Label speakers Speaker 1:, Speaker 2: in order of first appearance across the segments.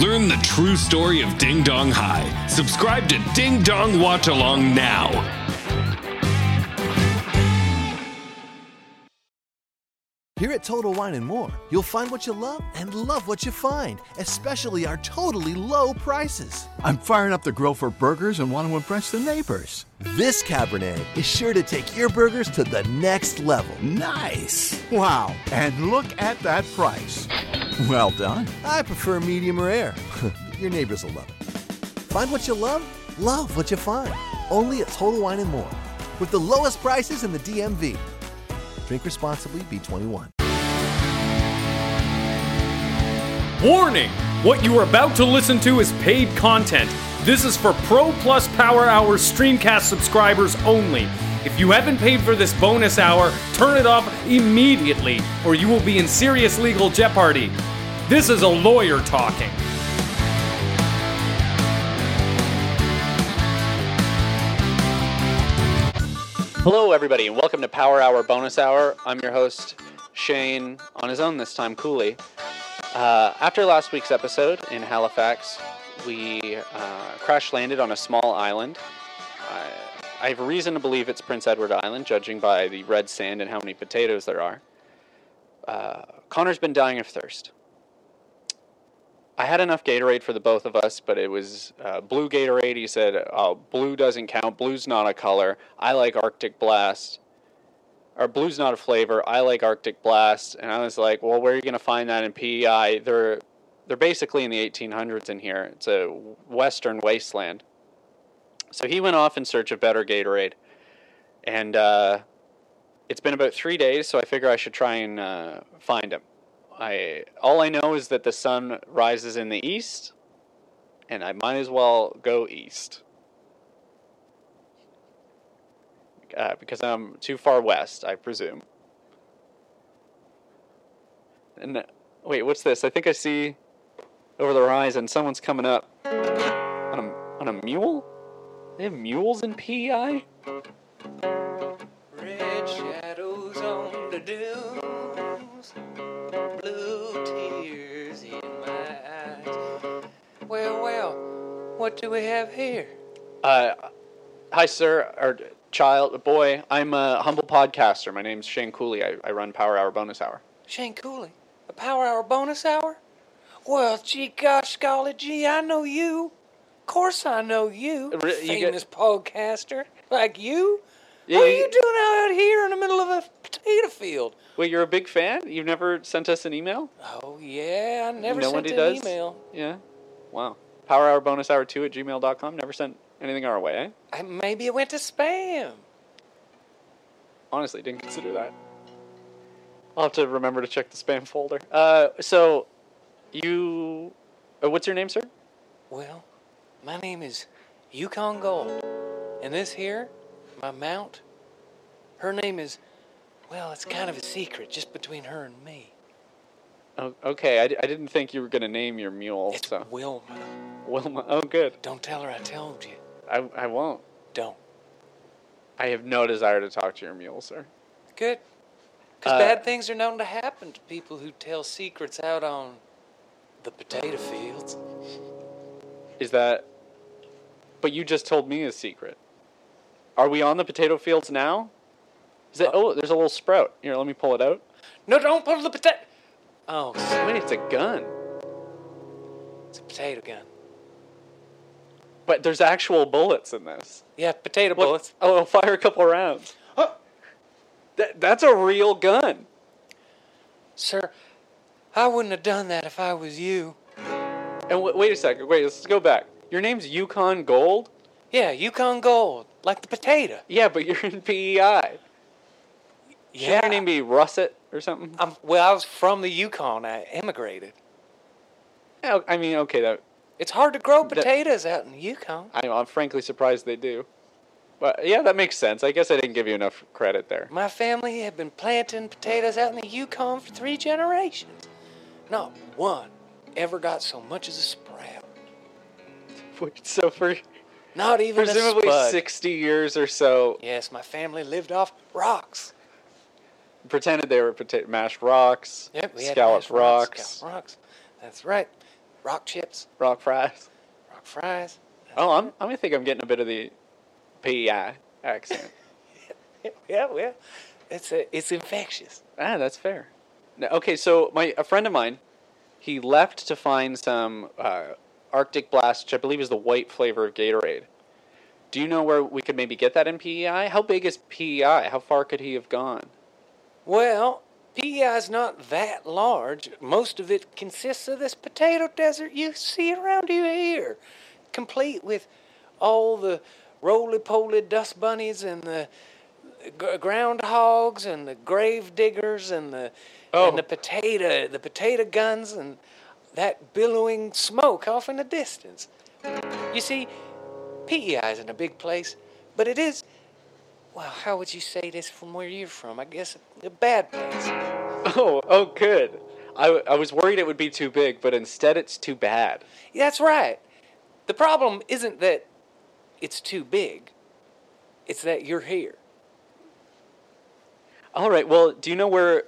Speaker 1: Learn the true story of Ding Dong High. Subscribe to Ding Dong Watch Along now.
Speaker 2: Here at Total Wine and More, you'll find what you love and love what you find, especially our totally low prices.
Speaker 3: I'm firing up the grill for burgers and want to impress the neighbors.
Speaker 2: This Cabernet is sure to take your burgers to the next level.
Speaker 3: Nice! Wow, and look at that price. Well done.
Speaker 2: I prefer medium rare. your neighbors will love it. Find what you love, love what you find. Only at Total Wine and More, with the lowest prices in the DMV. Drink responsibly, be 21.
Speaker 4: Warning! What you are about to listen to is paid content. This is for Pro Plus Power Hour Streamcast subscribers only. If you haven't paid for this bonus hour, turn it off immediately, or you will be in serious legal jeopardy. This is a lawyer talking.
Speaker 5: Hello, everybody, and welcome to Power Hour Bonus Hour. I'm your host, Shane, on his own this time, Cooley. Uh, after last week's episode in Halifax, we uh, crash landed on a small island. I, I have reason to believe it's Prince Edward Island, judging by the red sand and how many potatoes there are. Uh, Connor's been dying of thirst. I had enough Gatorade for the both of us, but it was uh, blue Gatorade. He said, "Oh, blue doesn't count. Blue's not a color. I like Arctic Blast, or blue's not a flavor. I like Arctic Blast." And I was like, "Well, where are you gonna find that in PEI? They're they're basically in the 1800s in here. It's a western wasteland." So he went off in search of better Gatorade, and uh, it's been about three days. So I figure I should try and uh, find him. I all I know is that the sun rises in the east, and I might as well go east uh, because I'm too far west, I presume. And uh, wait, what's this? I think I see over the horizon someone's coming up on a on a mule. They have mules in E PEI.
Speaker 6: Red shadows on the dunes, blue tears in my eyes. Well, well, what do we have here?
Speaker 5: Uh, hi, sir, or child, boy. I'm a humble podcaster. My name's Shane Cooley. I, I run Power Hour Bonus Hour.
Speaker 6: Shane Cooley, a power hour bonus hour? Well, gee gosh, golly gee, I know you. Of course I know you,
Speaker 5: Re- you get-
Speaker 6: famous podcaster like you.
Speaker 5: Yeah,
Speaker 6: what are
Speaker 5: you-
Speaker 6: you doing out here in the middle of a potato field?
Speaker 5: Wait, you're a big fan? You've never sent us an email?
Speaker 6: Oh, yeah, I never sent
Speaker 5: Nobody
Speaker 6: an
Speaker 5: does?
Speaker 6: email.
Speaker 5: Yeah. Wow. Power Hour Bonus Hour 2 at gmail.com. Never sent anything our way, eh?
Speaker 6: I, maybe it went to spam.
Speaker 5: Honestly, didn't consider that. I'll have to remember to check the spam folder. Uh, so, you. Uh, what's your name, sir?
Speaker 6: Well, my name is Yukon Gold, and this here, my mount, her name is, well, it's kind of a secret just between her and me.
Speaker 5: Oh, okay, I, d- I didn't think you were going to name your mule,
Speaker 6: It's
Speaker 5: so.
Speaker 6: Wilma.
Speaker 5: Wilma. Oh, good.
Speaker 6: Don't tell her I told you.
Speaker 5: I, I won't.
Speaker 6: Don't.
Speaker 5: I have no desire to talk to your mule, sir.
Speaker 6: Good. Because
Speaker 5: Uh,
Speaker 6: bad things are known to happen to people who tell secrets out on the potato fields.
Speaker 5: Is that. But you just told me a secret. Are we on the potato fields now? Is that. Oh, there's a little sprout. Here, let me pull it out.
Speaker 6: No, don't pull the potato. Oh, s-
Speaker 5: Wait, it's a gun.
Speaker 6: it's a potato gun.
Speaker 5: But there's actual bullets in this.
Speaker 6: Yeah, potato
Speaker 5: Look-
Speaker 6: bullets.
Speaker 5: Oh, I'll fire a couple rounds. That, that's a real gun.
Speaker 6: Sir, I wouldn't have done that if I was you.
Speaker 5: And w- wait a second. Wait, let's go back. Your name's Yukon Gold?
Speaker 6: Yeah, Yukon Gold, like the potato.
Speaker 5: Yeah, but you're in E PEI. Shouldn't your name be Russet or something?
Speaker 6: I'm, well, I was from the Yukon. I immigrated.
Speaker 5: Oh, I mean, okay, that
Speaker 6: It's hard to grow potatoes out in the Yukon.
Speaker 5: I'm, I'm frankly surprised they do. But yeah, that makes sense. I guess I didn't give you enough credit there.
Speaker 6: My family had been planting potatoes out in the Yukon for three generations. Not one ever got so much as a sprout.
Speaker 5: So for
Speaker 6: Not even
Speaker 5: presumably
Speaker 6: a spud.
Speaker 5: 60 years or so,
Speaker 6: Yes, my family lived off rocks.
Speaker 5: pretended they were pota- mashed rocks,
Speaker 6: Yep, we had
Speaker 5: scalloped
Speaker 6: mashed
Speaker 5: rocks,
Speaker 6: scalloped rocks. That's right. Rock chips,
Speaker 5: rock fries.
Speaker 6: rock fries.
Speaker 5: Oh, I'm, I'm gonna think I'm getting a bit of the PEI accent.
Speaker 6: Yeah, well, it's a, it's infectious.
Speaker 5: ah, that's fair. No, okay, so my a friend of mine, he left to find some uh, Arctic Blast, which I believe is the white flavor of Gatorade. Do you know where we could maybe get that in PEI? How big is PEI? How far could he have gone?
Speaker 6: Well, PEI's not that large. Most of it consists of this potato desert you see around you here, complete with all the roly-poly dust bunnies and the g- groundhogs and the grave diggers and the
Speaker 5: Oh.
Speaker 6: and the potato the potato guns and that billowing smoke off in the distance. You see, PEI isn't a big place, but it is well, how would you say this from where you're from? I guess a bad place.
Speaker 5: Oh, oh, good. I, w- I was worried it would be too big, but instead it's too bad.
Speaker 6: That's right. The problem isn't that it's too big, it's that you're here.
Speaker 5: All right. Well, do you know where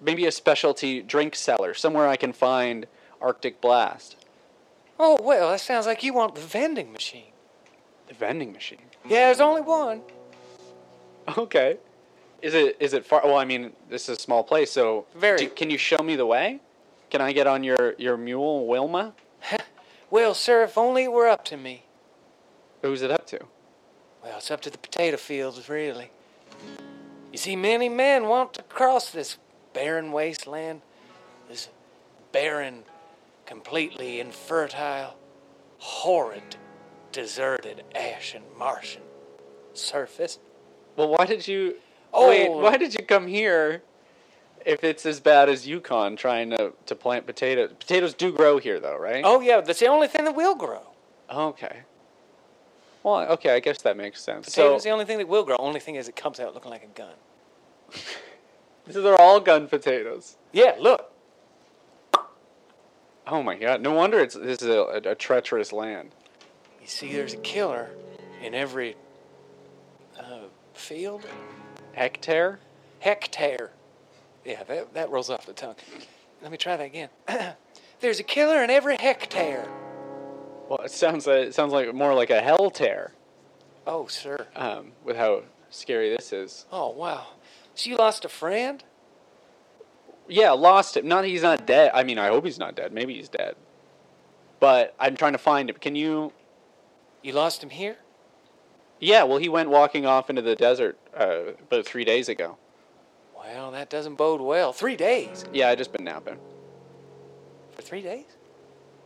Speaker 5: maybe a specialty drink cellar, somewhere I can find Arctic Blast?
Speaker 6: Oh, well, that sounds like you want the vending machine.
Speaker 5: The vending machine.
Speaker 6: Yeah, there's only one.
Speaker 5: Okay. Is it is it far? Well, I mean, this is a small place, so
Speaker 6: Very.
Speaker 5: do- can you show me the way? Can I get on your your mule, Wilma?
Speaker 6: Well, sir, if only it were up to me.
Speaker 5: Who's it up to?
Speaker 6: Well, it's up to the potato fields, really. You see, many men want to cross this barren wasteland, this barren, completely infertile, horrid, deserted, ashen, Martian surface.
Speaker 5: Well, why did you?
Speaker 6: Oh.
Speaker 5: Wait, why did you come here? If it's as bad as Yukon trying to, to plant potatoes, potatoes do grow here though, right?
Speaker 6: Oh, yeah, that's the only thing that will grow.
Speaker 5: Okay. Well, okay, I guess that makes sense.
Speaker 6: Potato's
Speaker 5: so
Speaker 6: the only thing that will grow. Only thing is, it comes out looking like a gun.
Speaker 5: so they're all gun potatoes.
Speaker 6: Yeah, look.
Speaker 5: Oh my god! No wonder it's this is a, a treacherous land.
Speaker 6: You see, there's a killer in every uh, field.
Speaker 5: Hectare.
Speaker 6: hectare. Yeah, that, that rolls off the tongue. Let me try that again. There's a killer in every hectare.
Speaker 5: Well, it sounds like, it sounds like more like a hell tear.
Speaker 6: Oh, sir.
Speaker 5: Um, with how scary this is.
Speaker 6: Oh, wow. She lost a friend?
Speaker 5: Yeah, lost him. Not he's not dead. I mean, I hope he's not dead. Maybe he's dead. But I'm trying to find him. Can you?
Speaker 6: You lost him here?
Speaker 5: Yeah. Well, he went walking off into the desert uh, about three days ago.
Speaker 6: Well, that doesn't bode well. Three days.
Speaker 5: Yeah, I just been napping.
Speaker 6: For three days?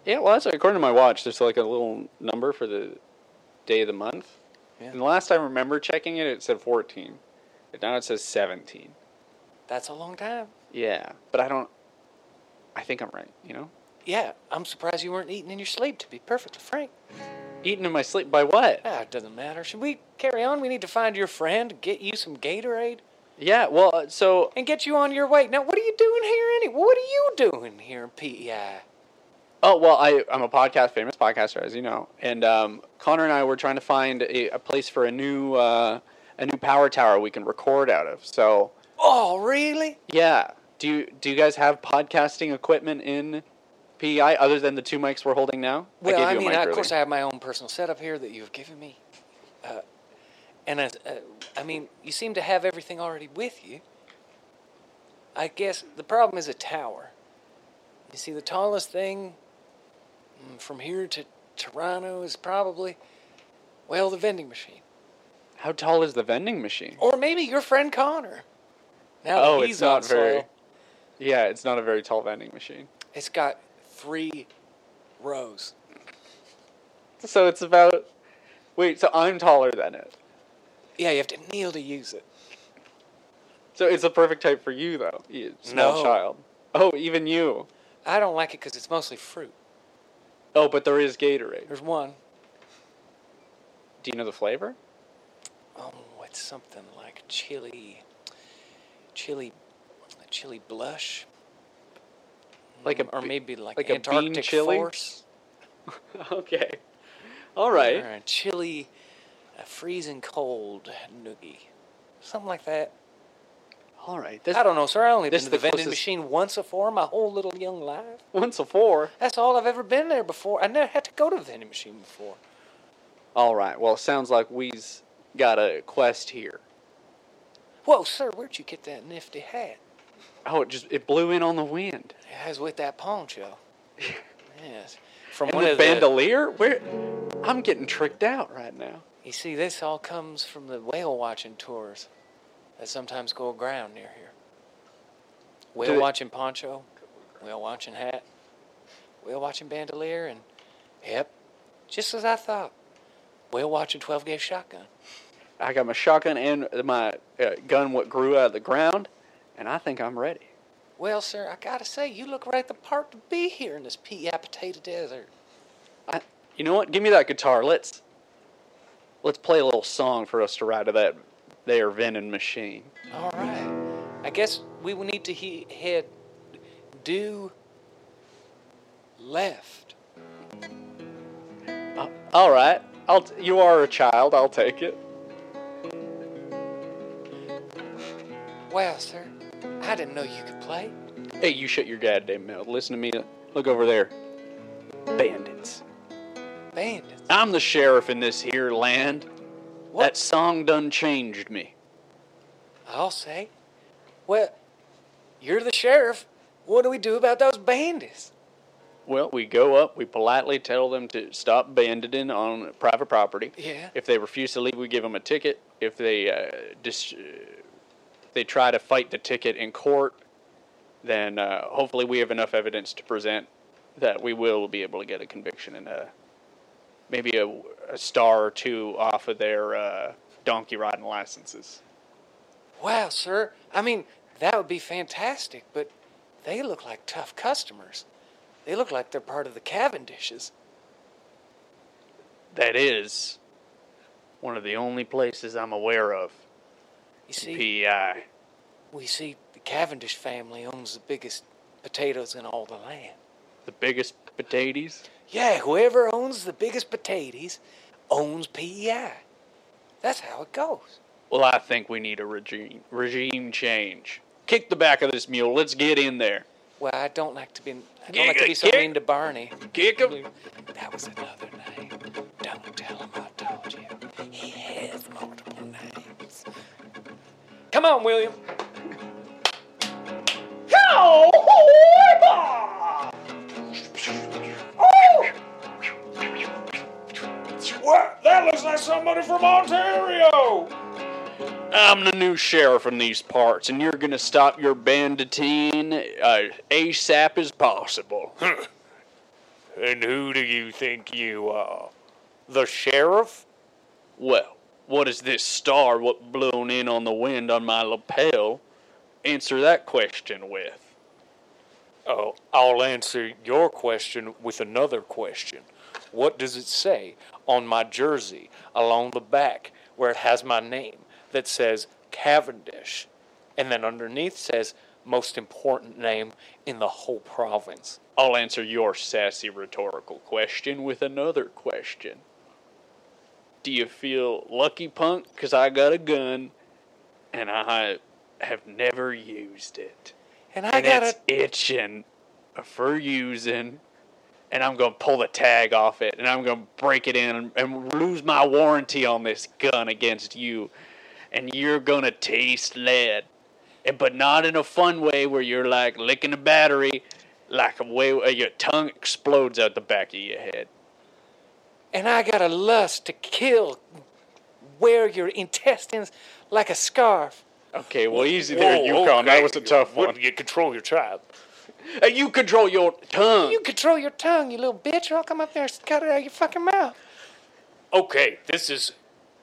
Speaker 5: Yeah, well, that's according to my watch. There's like a little number for the day of the month.
Speaker 6: Yeah.
Speaker 5: And the last time I remember checking it, it said 14. And now it says 17.
Speaker 6: That's a long time.
Speaker 5: Yeah, but I don't. I think I'm right. You know,
Speaker 6: Yeah, I'm surprised you weren't eating in your sleep, to be perfectly frank.
Speaker 5: eaten in my sleep by what?
Speaker 6: Ah, it doesn't matter. Should we carry on? We need to find your friend, get you some Gatorade,
Speaker 5: Yeah. Well, uh, so
Speaker 6: and get you on your way. Now, what are you doing here anyway? What are you doing here in E PEI?
Speaker 5: Oh well, I I'm a podcast famous podcaster, as you know, and um, Connor and I were trying to find a, a place for a new uh, a new power tower we can record out of. So
Speaker 6: Oh, really?
Speaker 5: yeah, do you do you guys have podcasting equipment in PEI other than the two mics we're holding now?
Speaker 6: Well, I,
Speaker 5: you
Speaker 6: mean,
Speaker 5: a mic
Speaker 6: of course, I
Speaker 5: earlier.
Speaker 6: have my own personal setup here that you've given me, uh, and I, uh, I mean, you seem to have everything already with you. I guess the problem is a tower. You see, the tallest thing mm, from here to Toronto is probably, well, the vending machine,
Speaker 5: How tall is the vending machine?
Speaker 6: or maybe your friend Connor. Now that
Speaker 5: Oh,
Speaker 6: he's
Speaker 5: it's
Speaker 6: on
Speaker 5: not very.
Speaker 6: soil,
Speaker 5: Yeah, it's not a very tall vending machine.
Speaker 6: it's got three rows.
Speaker 5: So it's about. Wait, so I'm taller than it.
Speaker 6: Yeah, you have to kneel to use it.
Speaker 5: So it's the perfect type for you, though. You small
Speaker 6: No.
Speaker 5: child. Oh, even you.
Speaker 6: I don't like it because it's mostly fruit.
Speaker 5: Oh, but there is Gatorade.
Speaker 6: There's one.
Speaker 5: Do you know the flavor?
Speaker 6: Oh, it's something like chili, chili, chili blush,
Speaker 5: Like a
Speaker 6: or
Speaker 5: be-
Speaker 6: maybe like,
Speaker 5: like a bean
Speaker 6: Antarctic
Speaker 5: chili?
Speaker 6: Force.
Speaker 5: okay. All right.
Speaker 6: Or a chili, a freezing cold noogie, something like that.
Speaker 5: All right. This,
Speaker 6: I don't know, sir. I only been
Speaker 5: this
Speaker 6: to the,
Speaker 5: the
Speaker 6: vending
Speaker 5: closest-
Speaker 6: machine once before my whole little young life.
Speaker 5: Once a four.
Speaker 6: That's all I've ever been there before. I never had to go to the vending machine before.
Speaker 5: All right. Well, it sounds like we's got a quest here.
Speaker 6: Whoa, sir, where'd you get that nifty hat?
Speaker 5: Oh, it just it blew in on the wind.
Speaker 6: It was with that poncho. yes. From
Speaker 5: And
Speaker 6: one
Speaker 5: the
Speaker 6: of the
Speaker 5: bandolier? Where? I'm getting tricked out right now.
Speaker 6: You see, this all comes from the whale watching tours that sometimes go aground near here. Whale
Speaker 5: they-
Speaker 6: watching poncho, whale watching hat, whale watching bandolier, and yep, just as I thought, whale watching 12 gauge shotgun.
Speaker 5: I got my shotgun and my uh, gun, what grew out of the ground, and I think I'm ready.
Speaker 6: Well, sir, I gotta say, you look right the part to be here in this pea potato desert.
Speaker 5: I, you know what? Give me that guitar. Let's let's play a little song for us to ride to that there vending machine.
Speaker 6: All right. I guess we will need to he- head due left.
Speaker 5: All right. I'll t- you are a child. I'll take it.
Speaker 6: Wow, sir, I didn't know you could play.
Speaker 5: Hey, you shut your goddamn mouth. Listen to me. Look over there. Bandits.
Speaker 6: Bandits.
Speaker 5: I'm the sheriff in this here land.
Speaker 6: What?
Speaker 5: That song done changed me.
Speaker 6: I'll say. Well, you're the sheriff. What do we do about those bandits?
Speaker 5: Well, we go up, we politely tell them to stop banditing on private property.
Speaker 6: Yeah.
Speaker 5: If they refuse to leave, we give them a ticket. If they uh, dis- uh, they try to fight the ticket in court, then uh, hopefully we have enough evidence to present that we will be able to get a conviction and a, maybe a, a star or two off of their uh, donkey riding licenses.
Speaker 6: Wow, sir. I mean, that would be fantastic, but they look like tough customers. They look like they're part of the Cavendishes.
Speaker 5: That is one of the only places I'm aware of. E
Speaker 6: You see,
Speaker 5: PI.
Speaker 6: we see the Cavendish family owns the biggest potatoes in all the land.
Speaker 5: The biggest potatoes.
Speaker 6: Yeah, whoever owns the biggest potatoes owns PEI. That's how it goes.
Speaker 5: Well, I think we need a regime regime change. Kick the back of this mule. Let's get in there.
Speaker 6: Well, I don't like to be I don't like to be so
Speaker 5: Giga-
Speaker 6: mean to Barney.
Speaker 5: Kick him.
Speaker 6: That was another name. Don't tell him I told you. He has multiple names. Come on, William.
Speaker 5: I'm the new sheriff in these parts, and you're gonna stop your banditing uh, ASAP as possible.
Speaker 7: And who do you think you are? The sheriff?
Speaker 5: Well, what is this star what blown in on the wind on my lapel? Answer that question with.
Speaker 7: Oh, I'll answer your question with another question. What does it say on my jersey along the back where it has my name that says Cavendish? And then underneath says most important name in the whole province.
Speaker 5: I'll answer your sassy rhetorical question with another question. Do you feel lucky, punk? Because I got a gun and I have never used it.
Speaker 6: And I
Speaker 5: And
Speaker 6: got
Speaker 5: it's
Speaker 6: a
Speaker 5: itching for using. And I'm going to pull the tag off it and I'm going to break it in and, and lose my warranty on this gun against you. And you're going to taste lead. And, but not in a fun way where you're like licking a battery, like a way where your tongue explodes out the back of your head.
Speaker 6: and I got a lust to kill wear your intestines like a scarf.
Speaker 5: Okay, well, easy there, Yukon.
Speaker 7: okay.
Speaker 5: That was a tough
Speaker 7: What-
Speaker 5: one.
Speaker 7: You control your tribe.
Speaker 5: Hey, you control your tongue.
Speaker 6: You control your tongue, you little bitch, or I'll come up there and cut it out of your fucking mouth.
Speaker 7: Okay, this is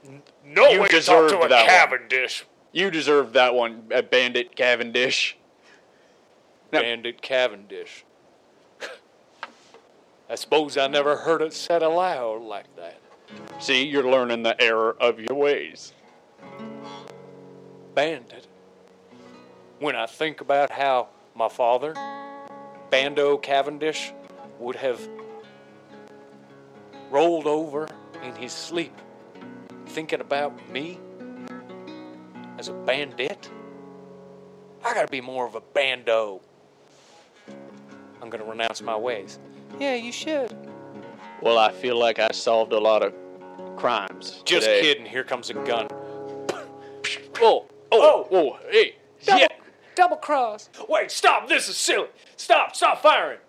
Speaker 7: n- no
Speaker 5: You
Speaker 7: way to talk
Speaker 5: deserved
Speaker 7: to a
Speaker 5: that one.
Speaker 7: Cavendish.
Speaker 5: You deserve that one, uh, Bandit Cavendish.
Speaker 7: Bandit Cavendish.
Speaker 8: I suppose I never heard it said aloud like that.
Speaker 5: See, you're learning the error of your ways.
Speaker 8: Bandit. When I think about how my father, Bando Cavendish, would have rolled over in his sleep thinking about me as a bandit, I gotta be more of a bando. I'm gonna renounce my ways. Yeah, you should.
Speaker 5: Well, I feel like I solved a lot of crimes.
Speaker 8: Just
Speaker 5: today.
Speaker 8: kidding. Here comes a gun.
Speaker 5: Whoa, oh, whoa, hey,
Speaker 8: Double,
Speaker 5: yeah.
Speaker 6: Double cross.
Speaker 8: Wait, stop. This is silly. Stop. Stop firing.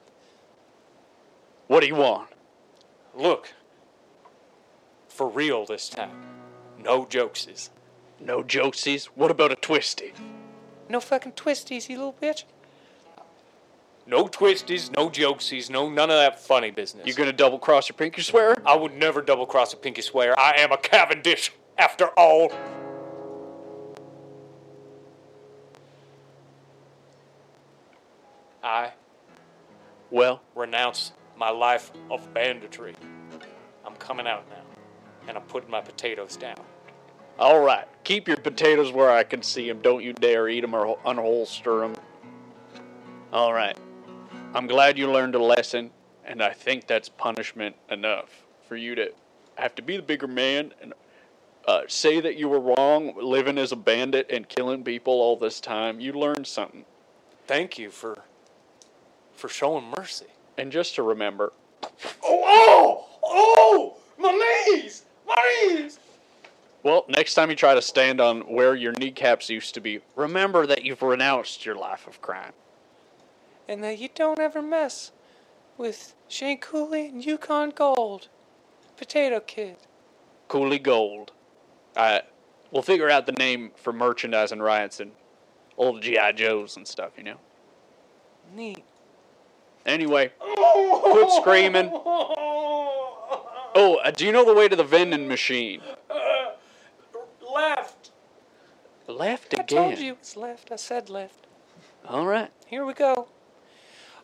Speaker 5: What do you want?
Speaker 8: Look. For real this time. No jokeses.
Speaker 5: No jokesies. What about a twisty?
Speaker 6: No fucking twisties, you little bitch.
Speaker 8: No twisties, no jokesies, no none of that funny business.
Speaker 5: You gonna double cross your pinky swear?
Speaker 8: I would never double cross a pinky swear. I am a Cavendish after all. I
Speaker 5: Well,
Speaker 8: renounce my life of banditry. I'm coming out now, and I'm putting my potatoes down.
Speaker 5: all right. Keep your potatoes where I can see them. Don't you dare eat them or unholster them. All right. I'm glad you learned a lesson, and I think that's punishment enough for you to have to be the bigger man and uh, say that you were wrong living as a bandit and killing people all this time. You learned something.
Speaker 8: Thank you for for showing mercy.
Speaker 5: And just to remember,
Speaker 8: Oh, oh, oh! My knees, my knees.
Speaker 5: Well, next time you try to stand on where your kneecaps used to be, remember that you've renounced your life of crime.
Speaker 6: And that you don't ever mess with Shane Cooley and Yukon Gold. Potato Kid.
Speaker 5: Cooley Gold. Uh, we'll figure out the name for merchandise and riots and old G.I. Joes and stuff, you know?
Speaker 6: Neat.
Speaker 5: Anyway, quit screaming. Oh, uh, do you know the way to the vending machine?
Speaker 6: Uh,
Speaker 8: Left.
Speaker 5: Left
Speaker 6: I
Speaker 5: again.
Speaker 6: told you it's left. I said left.
Speaker 5: All right.
Speaker 6: Here we go.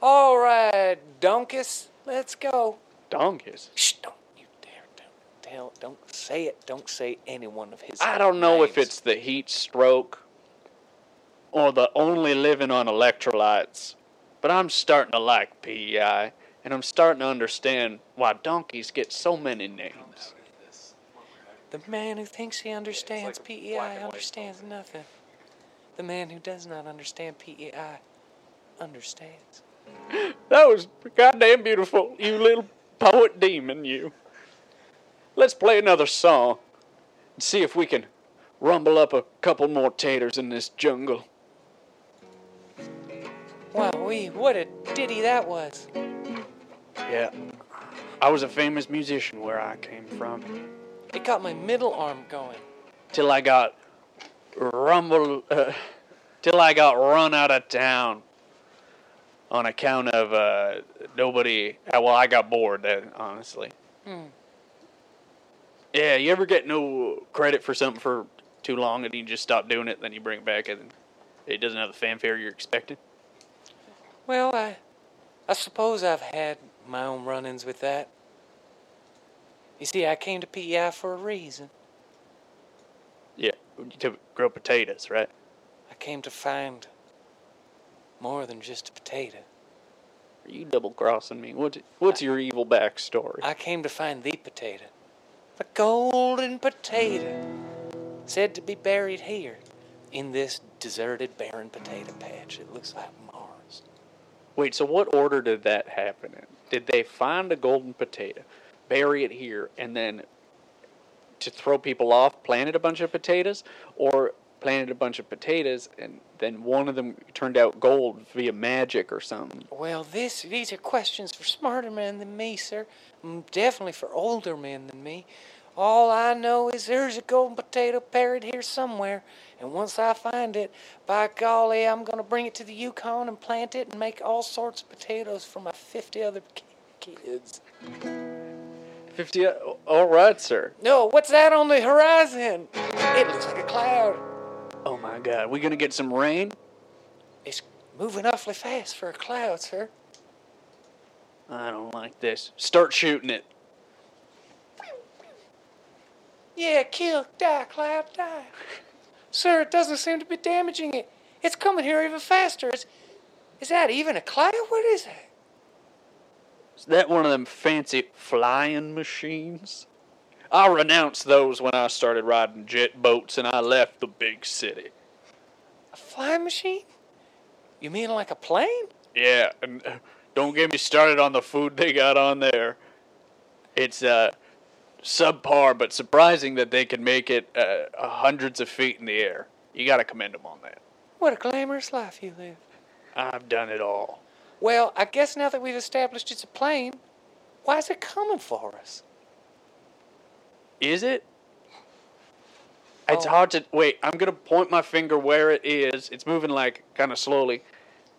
Speaker 6: All right, Donkus, let's go.
Speaker 5: Donkeys.
Speaker 6: Shh, don't you dare. Don't tell. Don't say it. Don't say any one of his.
Speaker 5: I don't know if
Speaker 6: names.
Speaker 5: it's the heat stroke or the only living on electrolytes, but I'm starting to like PEI, and I'm starting to understand why donkeys get so many names.
Speaker 6: The man who thinks he understands PEI understands nothing. The man who does not understand PEI understands.
Speaker 5: That was goddamn beautiful, you little poet demon, you. Let's play another song and see if we can rumble up a couple more taters in this jungle.
Speaker 6: Wow, we what a ditty that was.
Speaker 5: Yeah. I was a famous musician where I came from.
Speaker 6: It got my middle arm going.
Speaker 5: till I got rumble, uh, till I got run out of town on account of uh, nobody. uh, Well, I got bored, uh, honestly. Yeah, you ever get no credit for something for too long, and you just stop doing it, then you bring it back, and it doesn't have the fanfare you're expecting?
Speaker 6: Well, I I suppose I've had my own run-ins with that. You see, I came to PEI for a reason.
Speaker 5: Yeah, to grow potatoes, right?
Speaker 6: I came to find more than just a potato.
Speaker 5: Are you double crossing me? What's what's your evil backstory?
Speaker 6: I came to find the potato. The golden potato. Said to be buried here in this deserted, barren potato patch. It looks like Mars.
Speaker 5: Wait, so what order did that happen in? Did they find a golden potato, bury it here, and then to throw people off, planted a bunch of potatoes, or planted a bunch of potatoes and then one of them turned out gold via magic or something?
Speaker 6: Well, this these are questions for smarter men than me, sir. Mm, Definitely for older men than me. All I know is there's a golden potato buried here somewhere, and once I find it, by golly, I'm going to bring it to the Yukon and plant it and make all sorts of potatoes for my 50 other ki- kids.
Speaker 5: Fifty. uh, All right, sir.
Speaker 6: No, what's that on the horizon? It looks like a cloud.
Speaker 5: Oh my God, we gonna get some rain?
Speaker 6: It's moving awfully fast for a cloud, sir.
Speaker 5: I don't like this. Start shooting it.
Speaker 6: Yeah, kill, die, Cloud, die. Sir, it doesn't seem to be damaging it. It's coming here even faster. It's, is that even a cloud? What is that?
Speaker 5: Is that one of them fancy flying machines? I renounced those when I started riding jet boats and I left the big city.
Speaker 6: A flying machine? You mean like a plane?
Speaker 5: Yeah, and uh, don't get me started on the food they got on there. It's uh, subpar, but surprising that they could make it uh, hundreds of feet in the air. You got to commend them on that.
Speaker 6: What a glamorous life you live.
Speaker 5: I've done it all.
Speaker 6: Well, I guess now that we've established it's a plane, why is it coming for us?
Speaker 5: Is it? It's
Speaker 6: Oh.
Speaker 5: hard to wait. I'm gonna point my finger where it is. It's moving like kind of slowly,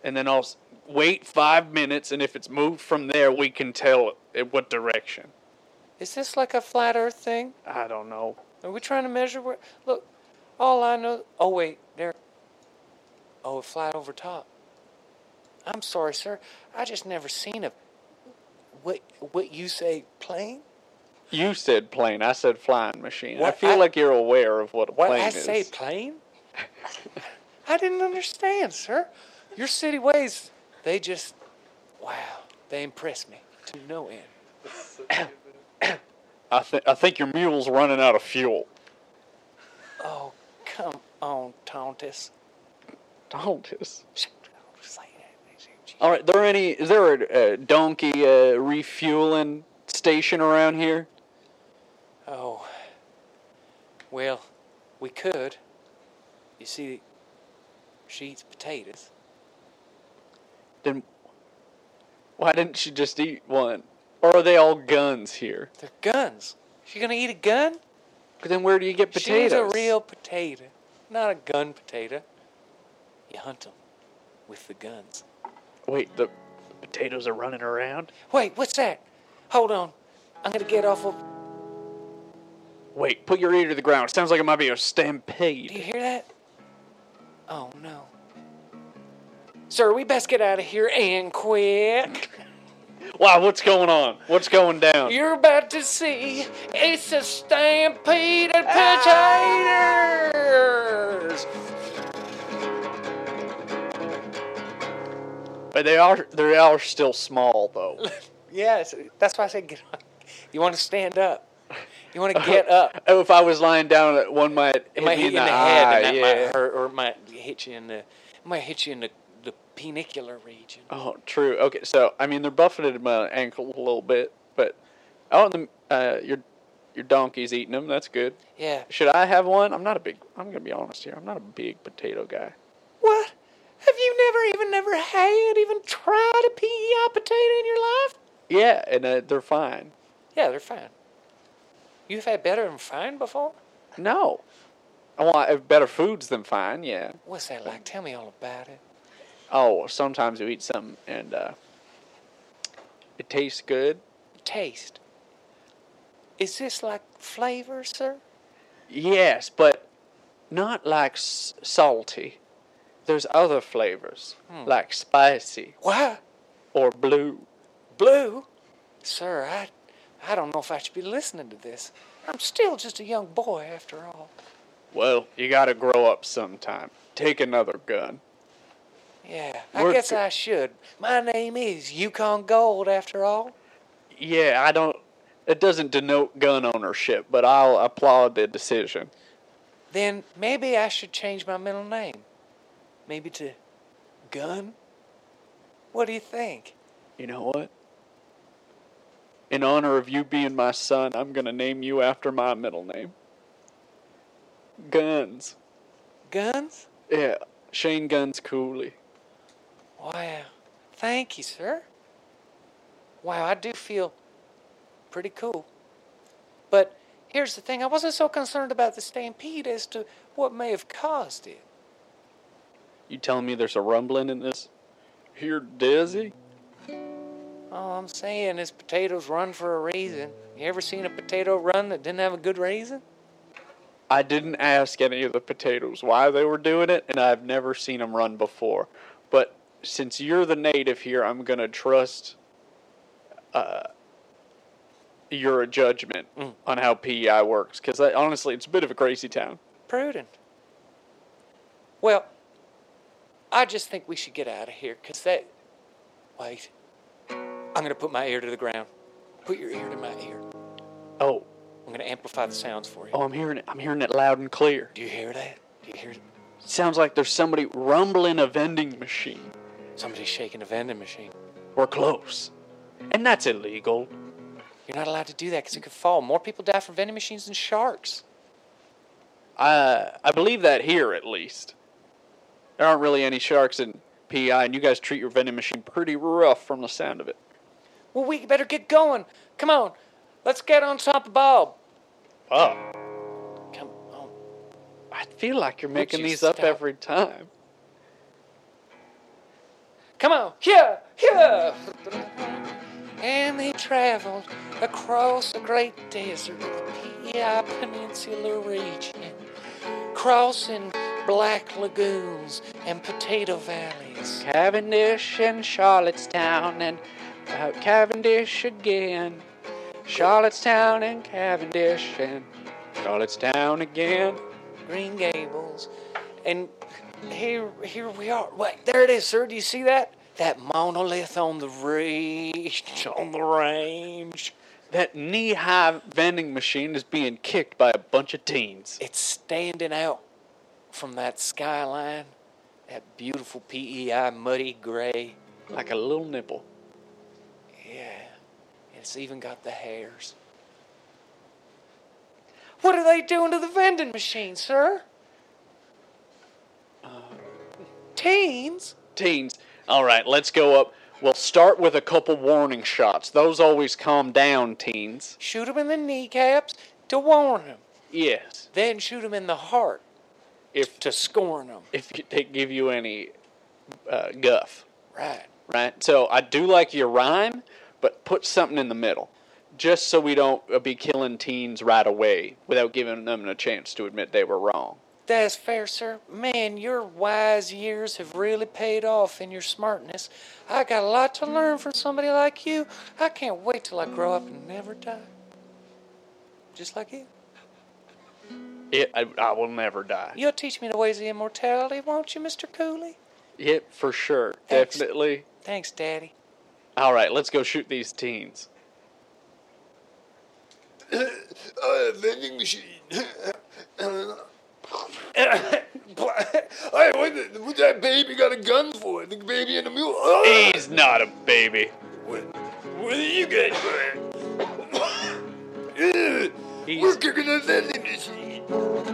Speaker 5: and then I'll s- wait five minutes, and if it's moved from there, we can tell it what direction.
Speaker 6: Is this like a flat Earth thing?
Speaker 5: I don't know.
Speaker 6: Are we trying to measure where? Look, all I know. Oh wait, there. Oh, it flat over top. I'm sorry, sir. I just never seen a. What what you say plane?
Speaker 5: You said plane. I said flying machine. I
Speaker 6: What
Speaker 5: feel
Speaker 6: I-
Speaker 5: like you're aware of what a
Speaker 6: What
Speaker 5: plane
Speaker 6: I
Speaker 5: is.
Speaker 6: say plane? I didn't understand, sir. Your city ways, they just, wow, they impress me to no end.
Speaker 5: I, th- I think your mule's running out of fuel.
Speaker 6: Oh, come on, Tontus.
Speaker 5: Donaldus.
Speaker 6: Say that.
Speaker 5: All right. There any? Is there a, uh donkey uh, refueling station around here?
Speaker 6: Oh. Well, we could. You see, she eats potatoes.
Speaker 5: Then why didn't she just eat one? Or are they all guns here?
Speaker 6: They're guns. She gonna eat a gun?
Speaker 5: But then where do you get potatoes?
Speaker 6: She's a real potato, not a gun potato. You hunt them with the guns.
Speaker 5: Wait, the potatoes are running around.
Speaker 6: Wait, what's that? Hold on. I'm gonna get off of.
Speaker 5: Wait, put your ear to the ground. Sounds like it might be a
Speaker 6: Do you
Speaker 5: stampede.
Speaker 6: hear that? Oh no. Sir, we best get out of here and quick.
Speaker 5: Wow, what's going on? What's going down?
Speaker 6: You're about to see it's a stampede of potatoes.
Speaker 5: But they are they are still small though.
Speaker 6: Yes, that's why I said get up. You want to stand up. You want to get up.
Speaker 5: oh, if I was lying down, one might hit
Speaker 6: It might
Speaker 5: me
Speaker 6: hit
Speaker 5: in
Speaker 6: you
Speaker 5: the,
Speaker 6: in the head,
Speaker 5: eye,
Speaker 6: and that
Speaker 5: yeah.
Speaker 6: might hurt, or it might hit you in the, it might hit you in the, the penicular region.
Speaker 5: Oh, true. Okay, so I mean they're buffeted my ankle a little bit, but oh, the uh, your your donkey's eating them. That's good.
Speaker 6: Yeah.
Speaker 5: Should I have one? I'm not a big. I'm gonna be honest here. I'm not a big potato guy.
Speaker 6: What? Have you never even never had even tried a PEI potato in your life?
Speaker 5: Yeah, and uh, they're fine.
Speaker 6: Yeah, they're fine. You've had better than fine before.
Speaker 5: No, I want I have better foods than fine. Yeah.
Speaker 6: What's that like? Tell me all about it.
Speaker 5: Oh, sometimes you eat something and uh, it tastes good.
Speaker 6: Taste. Is this like flavor, sir?
Speaker 5: Yes, but not like s- salty. There's other flavors like spicy
Speaker 6: Why?
Speaker 5: or blue.
Speaker 6: Blue? Sir, I, I don't know if I should be listening to this. I'm still just a young boy after all.
Speaker 5: Well, you gotta grow up sometime. Take another gun.
Speaker 6: Yeah, I
Speaker 5: We're
Speaker 6: guess
Speaker 5: t-
Speaker 6: I should. My name is Yukon Gold after all.
Speaker 5: Yeah, I don't. It doesn't denote gun ownership, but I'll applaud the decision.
Speaker 6: Then maybe I should change my middle name. Maybe to Gun? What do you think?
Speaker 5: You know what? In honor of you being my son, I'm gonna name you after my middle name. Guns.
Speaker 6: Guns?
Speaker 5: Yeah, Shane Guns Cooley.
Speaker 6: Wow. Thank you, sir. Wow, I do feel pretty cool. But here's the thing I wasn't so concerned about the stampede as to what may have caused it.
Speaker 5: You telling me there's a rumbling in this? Here, dizzy?
Speaker 6: All I'm saying is potatoes run for a reason. You ever seen a potato run that didn't have a good reason?
Speaker 5: I didn't ask any of the potatoes why they were doing it, and I've never seen them run before. But since you're the native here, I'm gonna trust uh, your judgment on how PEI works because honestly, it's a bit of a crazy town.
Speaker 6: Prudent. Well, I just think we should get out of here because that. Wait. I'm going to put my ear to the ground. Put your ear to my ear.
Speaker 5: Oh,
Speaker 6: I'm going to amplify the sounds for you.
Speaker 5: oh, I'm hearing it. I'm hearing it loud and clear.
Speaker 6: Do you hear that? Do you hear
Speaker 5: Sounds like there's somebody rumbling a vending machine.
Speaker 6: somebody shaking a vending machine?
Speaker 5: We're close, and that's illegal.
Speaker 6: You're not allowed to do that because it could fall. More people die from vending machines than sharks.
Speaker 5: Uh, I believe that here at least. There aren't really any sharks in PI, and you guys treat your vending machine pretty rough from the sound of it.
Speaker 6: Well, we better get going. Come on. Let's get on top of Bob.
Speaker 5: Oh,
Speaker 6: Come on.
Speaker 5: I feel like you're making
Speaker 6: you
Speaker 5: these up
Speaker 6: stop?
Speaker 5: every time.
Speaker 6: Come on. Here. Here. And they traveled across the great desert of the PEI Peninsula region, crossing black lagoons and potato valleys.
Speaker 5: Cavendish and Charlottetown and uh, Cavendish again. Charlottetown and Cavendish and Charlottetown again.
Speaker 6: Green Gables, and here, here we are. Wait, there it is, sir. Do you see that? That monolith on the range, on the range.
Speaker 5: That knee high vending machine is being kicked by a bunch of teens.
Speaker 6: It's standing out from that skyline, that beautiful PEI muddy gray.
Speaker 5: Like a little nipple.
Speaker 6: Yeah, it's even got the hairs. What are they doing to the vending machine, sir? Teens?
Speaker 5: Teens. All right, let's go up. We'll start with a couple warning shots. Those always calm down, teens.
Speaker 6: Shoot 'em in the kneecaps to warn 'em.
Speaker 5: Yes.
Speaker 6: then shoot him in the heart
Speaker 5: If
Speaker 6: to scorn him.
Speaker 5: if you- they give you any uh, guff.
Speaker 6: Right.
Speaker 5: right? So I do like your rhyme, but put something in the middle, just so we don't uh, be killing teens right away without giving them a chance to admit they were wrong.
Speaker 6: That's fair, sir. Man, your wise years have really paid off in your smartness. I got a lot to learn from somebody like you. I can't wait till I grow up and never die. Just like you.
Speaker 5: It, I, I will never die.
Speaker 6: You'll teach me the ways of immortality, won't you, Mr. Cooley?
Speaker 5: Yep, for sure,
Speaker 6: Thanks.
Speaker 5: definitely.
Speaker 6: Thanks, Daddy.
Speaker 5: All right, let's go shoot these teens.
Speaker 7: Uh, vending machine. I wonder what that baby got a gun for. The baby and the mule. Ah!
Speaker 5: He's not a baby.
Speaker 7: What, what do you got for? it? Ugh, We're
Speaker 5: He's-
Speaker 7: kicking the vending machine.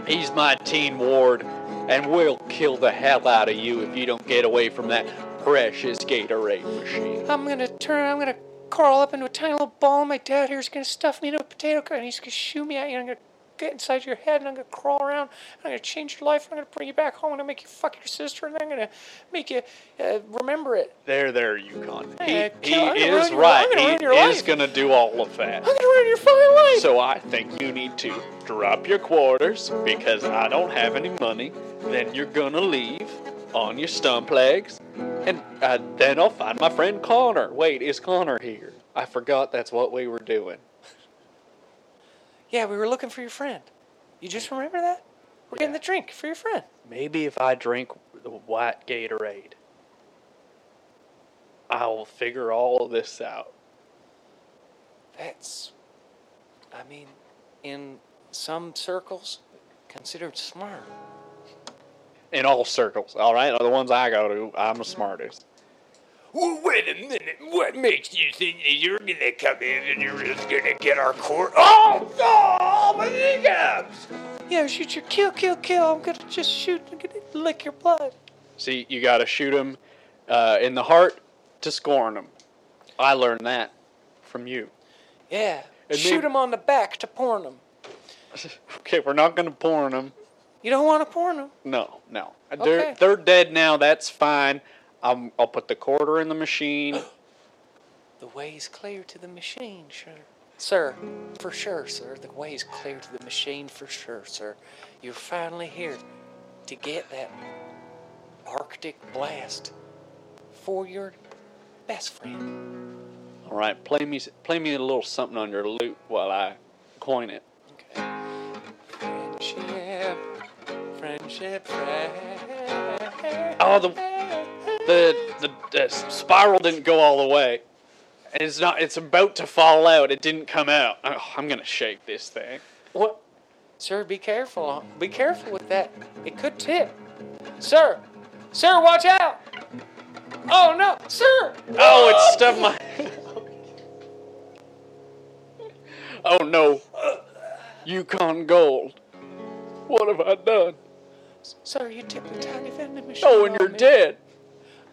Speaker 5: He's my teen ward, and we'll kill the hell out of you if you don't get away from that precious Gatorade machine.
Speaker 6: I'm gonna turn, I'm gonna curl up into a tiny little ball, and my dad here's gonna stuff me into a potato cut, and he's gonna shoot me out, and I'm gonna get inside your head, and I'm gonna crawl around, and I'm gonna change your life, and I'm gonna bring you back home, and I'm gonna make you fuck your sister, and I'm gonna make you uh, remember it.
Speaker 5: There, there, you con. He,
Speaker 6: Hey,
Speaker 5: he
Speaker 6: kill- I'm gonna
Speaker 5: is
Speaker 6: ruin your-
Speaker 5: right.
Speaker 6: I'm gonna ruin
Speaker 5: He
Speaker 6: your
Speaker 5: is
Speaker 6: life.
Speaker 5: going to do all of that.
Speaker 6: I'm gonna ruin your fucking life!
Speaker 5: So I think you need to drop your quarters because I don't have any money. Then you're gonna leave on your stump legs, and uh, then I'll find my friend Connor. Wait, is Connor here? I forgot that's what we were doing.
Speaker 6: yeah, we were looking for your friend. You just remember that? We're getting the drink for your friend.
Speaker 5: Maybe if I drink the white Gatorade, I will figure all of this out.
Speaker 6: That's, I mean, in some circles, considered smart.
Speaker 5: In all circles, all right? The ones I go to, I'm the smartest.
Speaker 7: Well, wait a minute. What makes you think that you're gonna come in and you're just gonna get our court? Oh, oh, my kneecaps!
Speaker 6: Yeah, shoot your kill, kill, kill. I'm gonna just shoot and gonna lick your blood.
Speaker 5: See, you got to shoot him uh, in the heart to scorn him. I learned that from you.
Speaker 6: Yeah.
Speaker 5: And
Speaker 6: Shoot
Speaker 5: then-
Speaker 6: him on the back to porn him.
Speaker 5: Okay, we're not going to porn him.
Speaker 6: You don't want to porn him.
Speaker 5: No, no. They're,
Speaker 6: Okay.
Speaker 5: they're dead now. That's fine. I'm, I'll put the quarter in the machine.
Speaker 6: The way is clear to the machine, sir. Sir, for sure, sir. The way is clear to the machine for sure, sir. You're finally here to get that Arctic blast for your best friend.
Speaker 5: All right, play me s- play me a little something on your lute while I coin it.
Speaker 6: Friendship, friendship, friend.
Speaker 5: Oh, the the the, the spiral didn't go all the way. And It's not. It's about to fall out. It didn't come out. Oh, I'm gonna shake this thing.
Speaker 6: What? Sir, be careful. Be careful with that. It could tip. Sir, sir, watch out! Oh no, sir!
Speaker 5: Oh, it stubbed my. oh no. Yukon Gold. What have I done?
Speaker 6: Sir, you tipped the tiny vending machine.
Speaker 5: Oh, and
Speaker 6: on
Speaker 5: you're
Speaker 6: me.
Speaker 5: dead.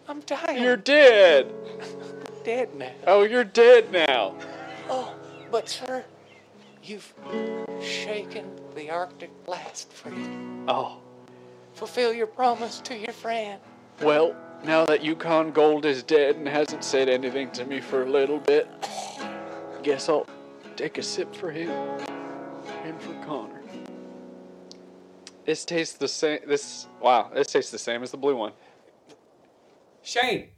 Speaker 6: I'm dying.
Speaker 5: You're dead.
Speaker 6: dead now.
Speaker 5: Oh, you're dead now.
Speaker 6: But sir, you've shaken the Arctic blast free.
Speaker 5: Oh,
Speaker 6: Fulfill your promise to your friend.
Speaker 5: well, now that Yukon Gold is dead and hasn't said anything to me for a little bit, guess I'll take a sip for him and for Connor. This tastes the same. This wow, this tastes the same as the blue one.
Speaker 4: Shane,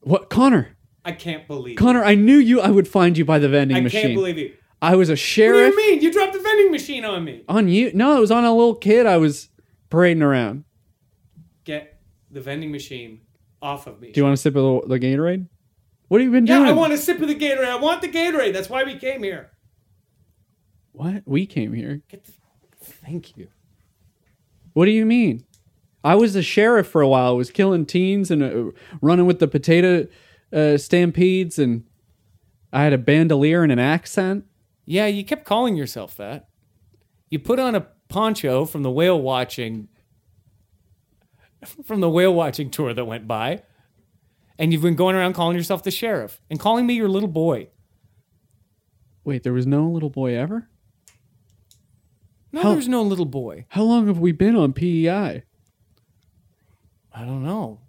Speaker 9: What, Connor?
Speaker 4: I can't believe.
Speaker 9: Connor, I knew you. I would find you by the vending
Speaker 4: I
Speaker 9: machine.
Speaker 4: can't believe you.
Speaker 9: I was a
Speaker 4: What do
Speaker 9: sheriff
Speaker 4: you mean? You dropped the vending machine on me.
Speaker 9: on you. No, it was on a little kid I was parading around.
Speaker 4: Get the vending machine off of me.
Speaker 9: Do you want to sip a little the Gatorade? What have you been
Speaker 4: yeah,
Speaker 9: doing?
Speaker 4: I want a sip of the Gatorade. I want the Gatorade. That's why we came here.
Speaker 9: What? We came here.
Speaker 4: Get the-
Speaker 9: Thank you. What do you mean? I was the sheriff for a while. I was killing teens and uh, running with the potato uh, stampedes, and I had a bandolier and an accent.
Speaker 4: Yeah, you kept calling yourself that. You put on a poncho from the whale watching from the whale watching tour that went by. And you've been going around calling yourself the sheriff and calling me your little boy.
Speaker 9: Wait, there was no little boy ever?
Speaker 4: No,
Speaker 9: How-
Speaker 4: there's no little boy.
Speaker 9: How long have we been on E PEI?
Speaker 4: I don't know.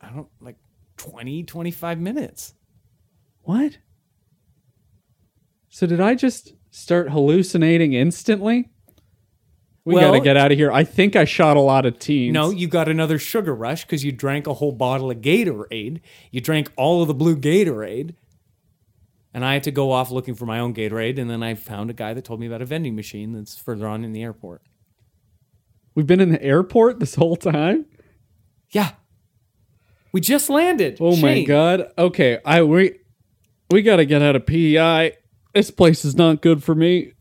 Speaker 4: I don't like 20, 25 minutes.
Speaker 9: What? So did I just start hallucinating instantly? We
Speaker 4: Well-
Speaker 9: gotta get out of here. I think I shot a lot of teens.
Speaker 4: No, you got another sugar rush because you drank a whole bottle of Gatorade. You drank all of the blue Gatorade. And I had to go off looking for my own Gatorade. And then I found a guy that told me about a vending machine that's further on in the airport.
Speaker 9: we've been in the airport this whole time.
Speaker 4: Yeah. We just landed.
Speaker 9: Oh my
Speaker 4: Shane.
Speaker 9: god. Okay, I we we gotta get out of PEI. This place is not good for me.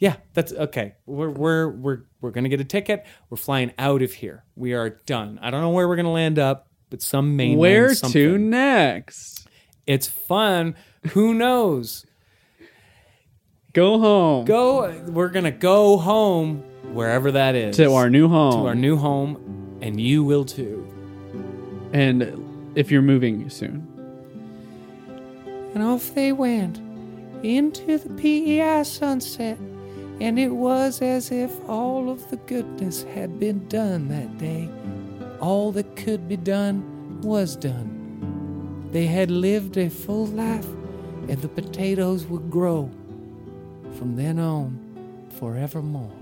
Speaker 4: Yeah, that's okay. We're we're we're we're gonna get a ticket. We're flying out of here. We are done. I don't know where we're gonna land up, but some mainland.
Speaker 9: Where to
Speaker 4: something.
Speaker 9: next?
Speaker 4: It's fun. Who knows?
Speaker 9: Go home.
Speaker 4: Go. We're gonna go home, wherever that is.
Speaker 9: to our new home.
Speaker 4: to our new home, and you will too.
Speaker 9: and if you're moving soon.
Speaker 6: And off they went into the PEI sunset, and it was as if all of the goodness had been done that day. All that could be done was done. They had lived a full life, and the potatoes would grow from then on forevermore.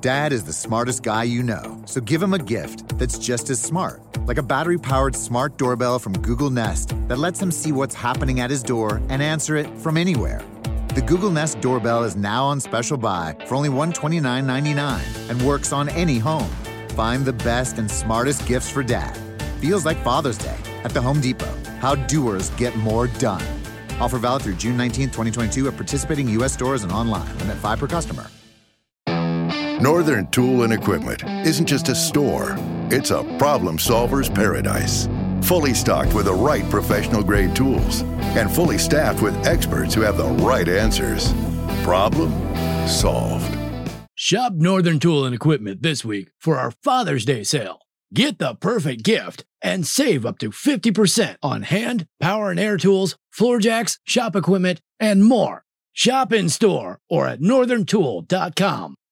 Speaker 10: Dad is the smartest guy you know, so give him a gift that's just as smart, like a battery powered smart doorbell from Google Nest that lets him see what's happening at his door and answer it from anywhere. The Google Nest doorbell is now on special buy for only $129.99 and works on any home. Find the best and smartest gifts for dad. Feels like Father's Day at the Home Depot. How doers get more done. Offer valid through June 19, 2022 at participating U.S. stores and online. Limit five per customer.
Speaker 11: Northern Tool and Equipment isn't just a store, it's a problem solver's paradise. Fully stocked with the right professional grade tools and fully staffed with experts who have the right answers. Problem solved.
Speaker 12: Shop Northern Tool and Equipment this week for our Father's Day sale. Get the perfect gift and save up to 50% on hand, power and air tools, floor jacks, shop equipment, and more. Shop in store or at northerntool.com.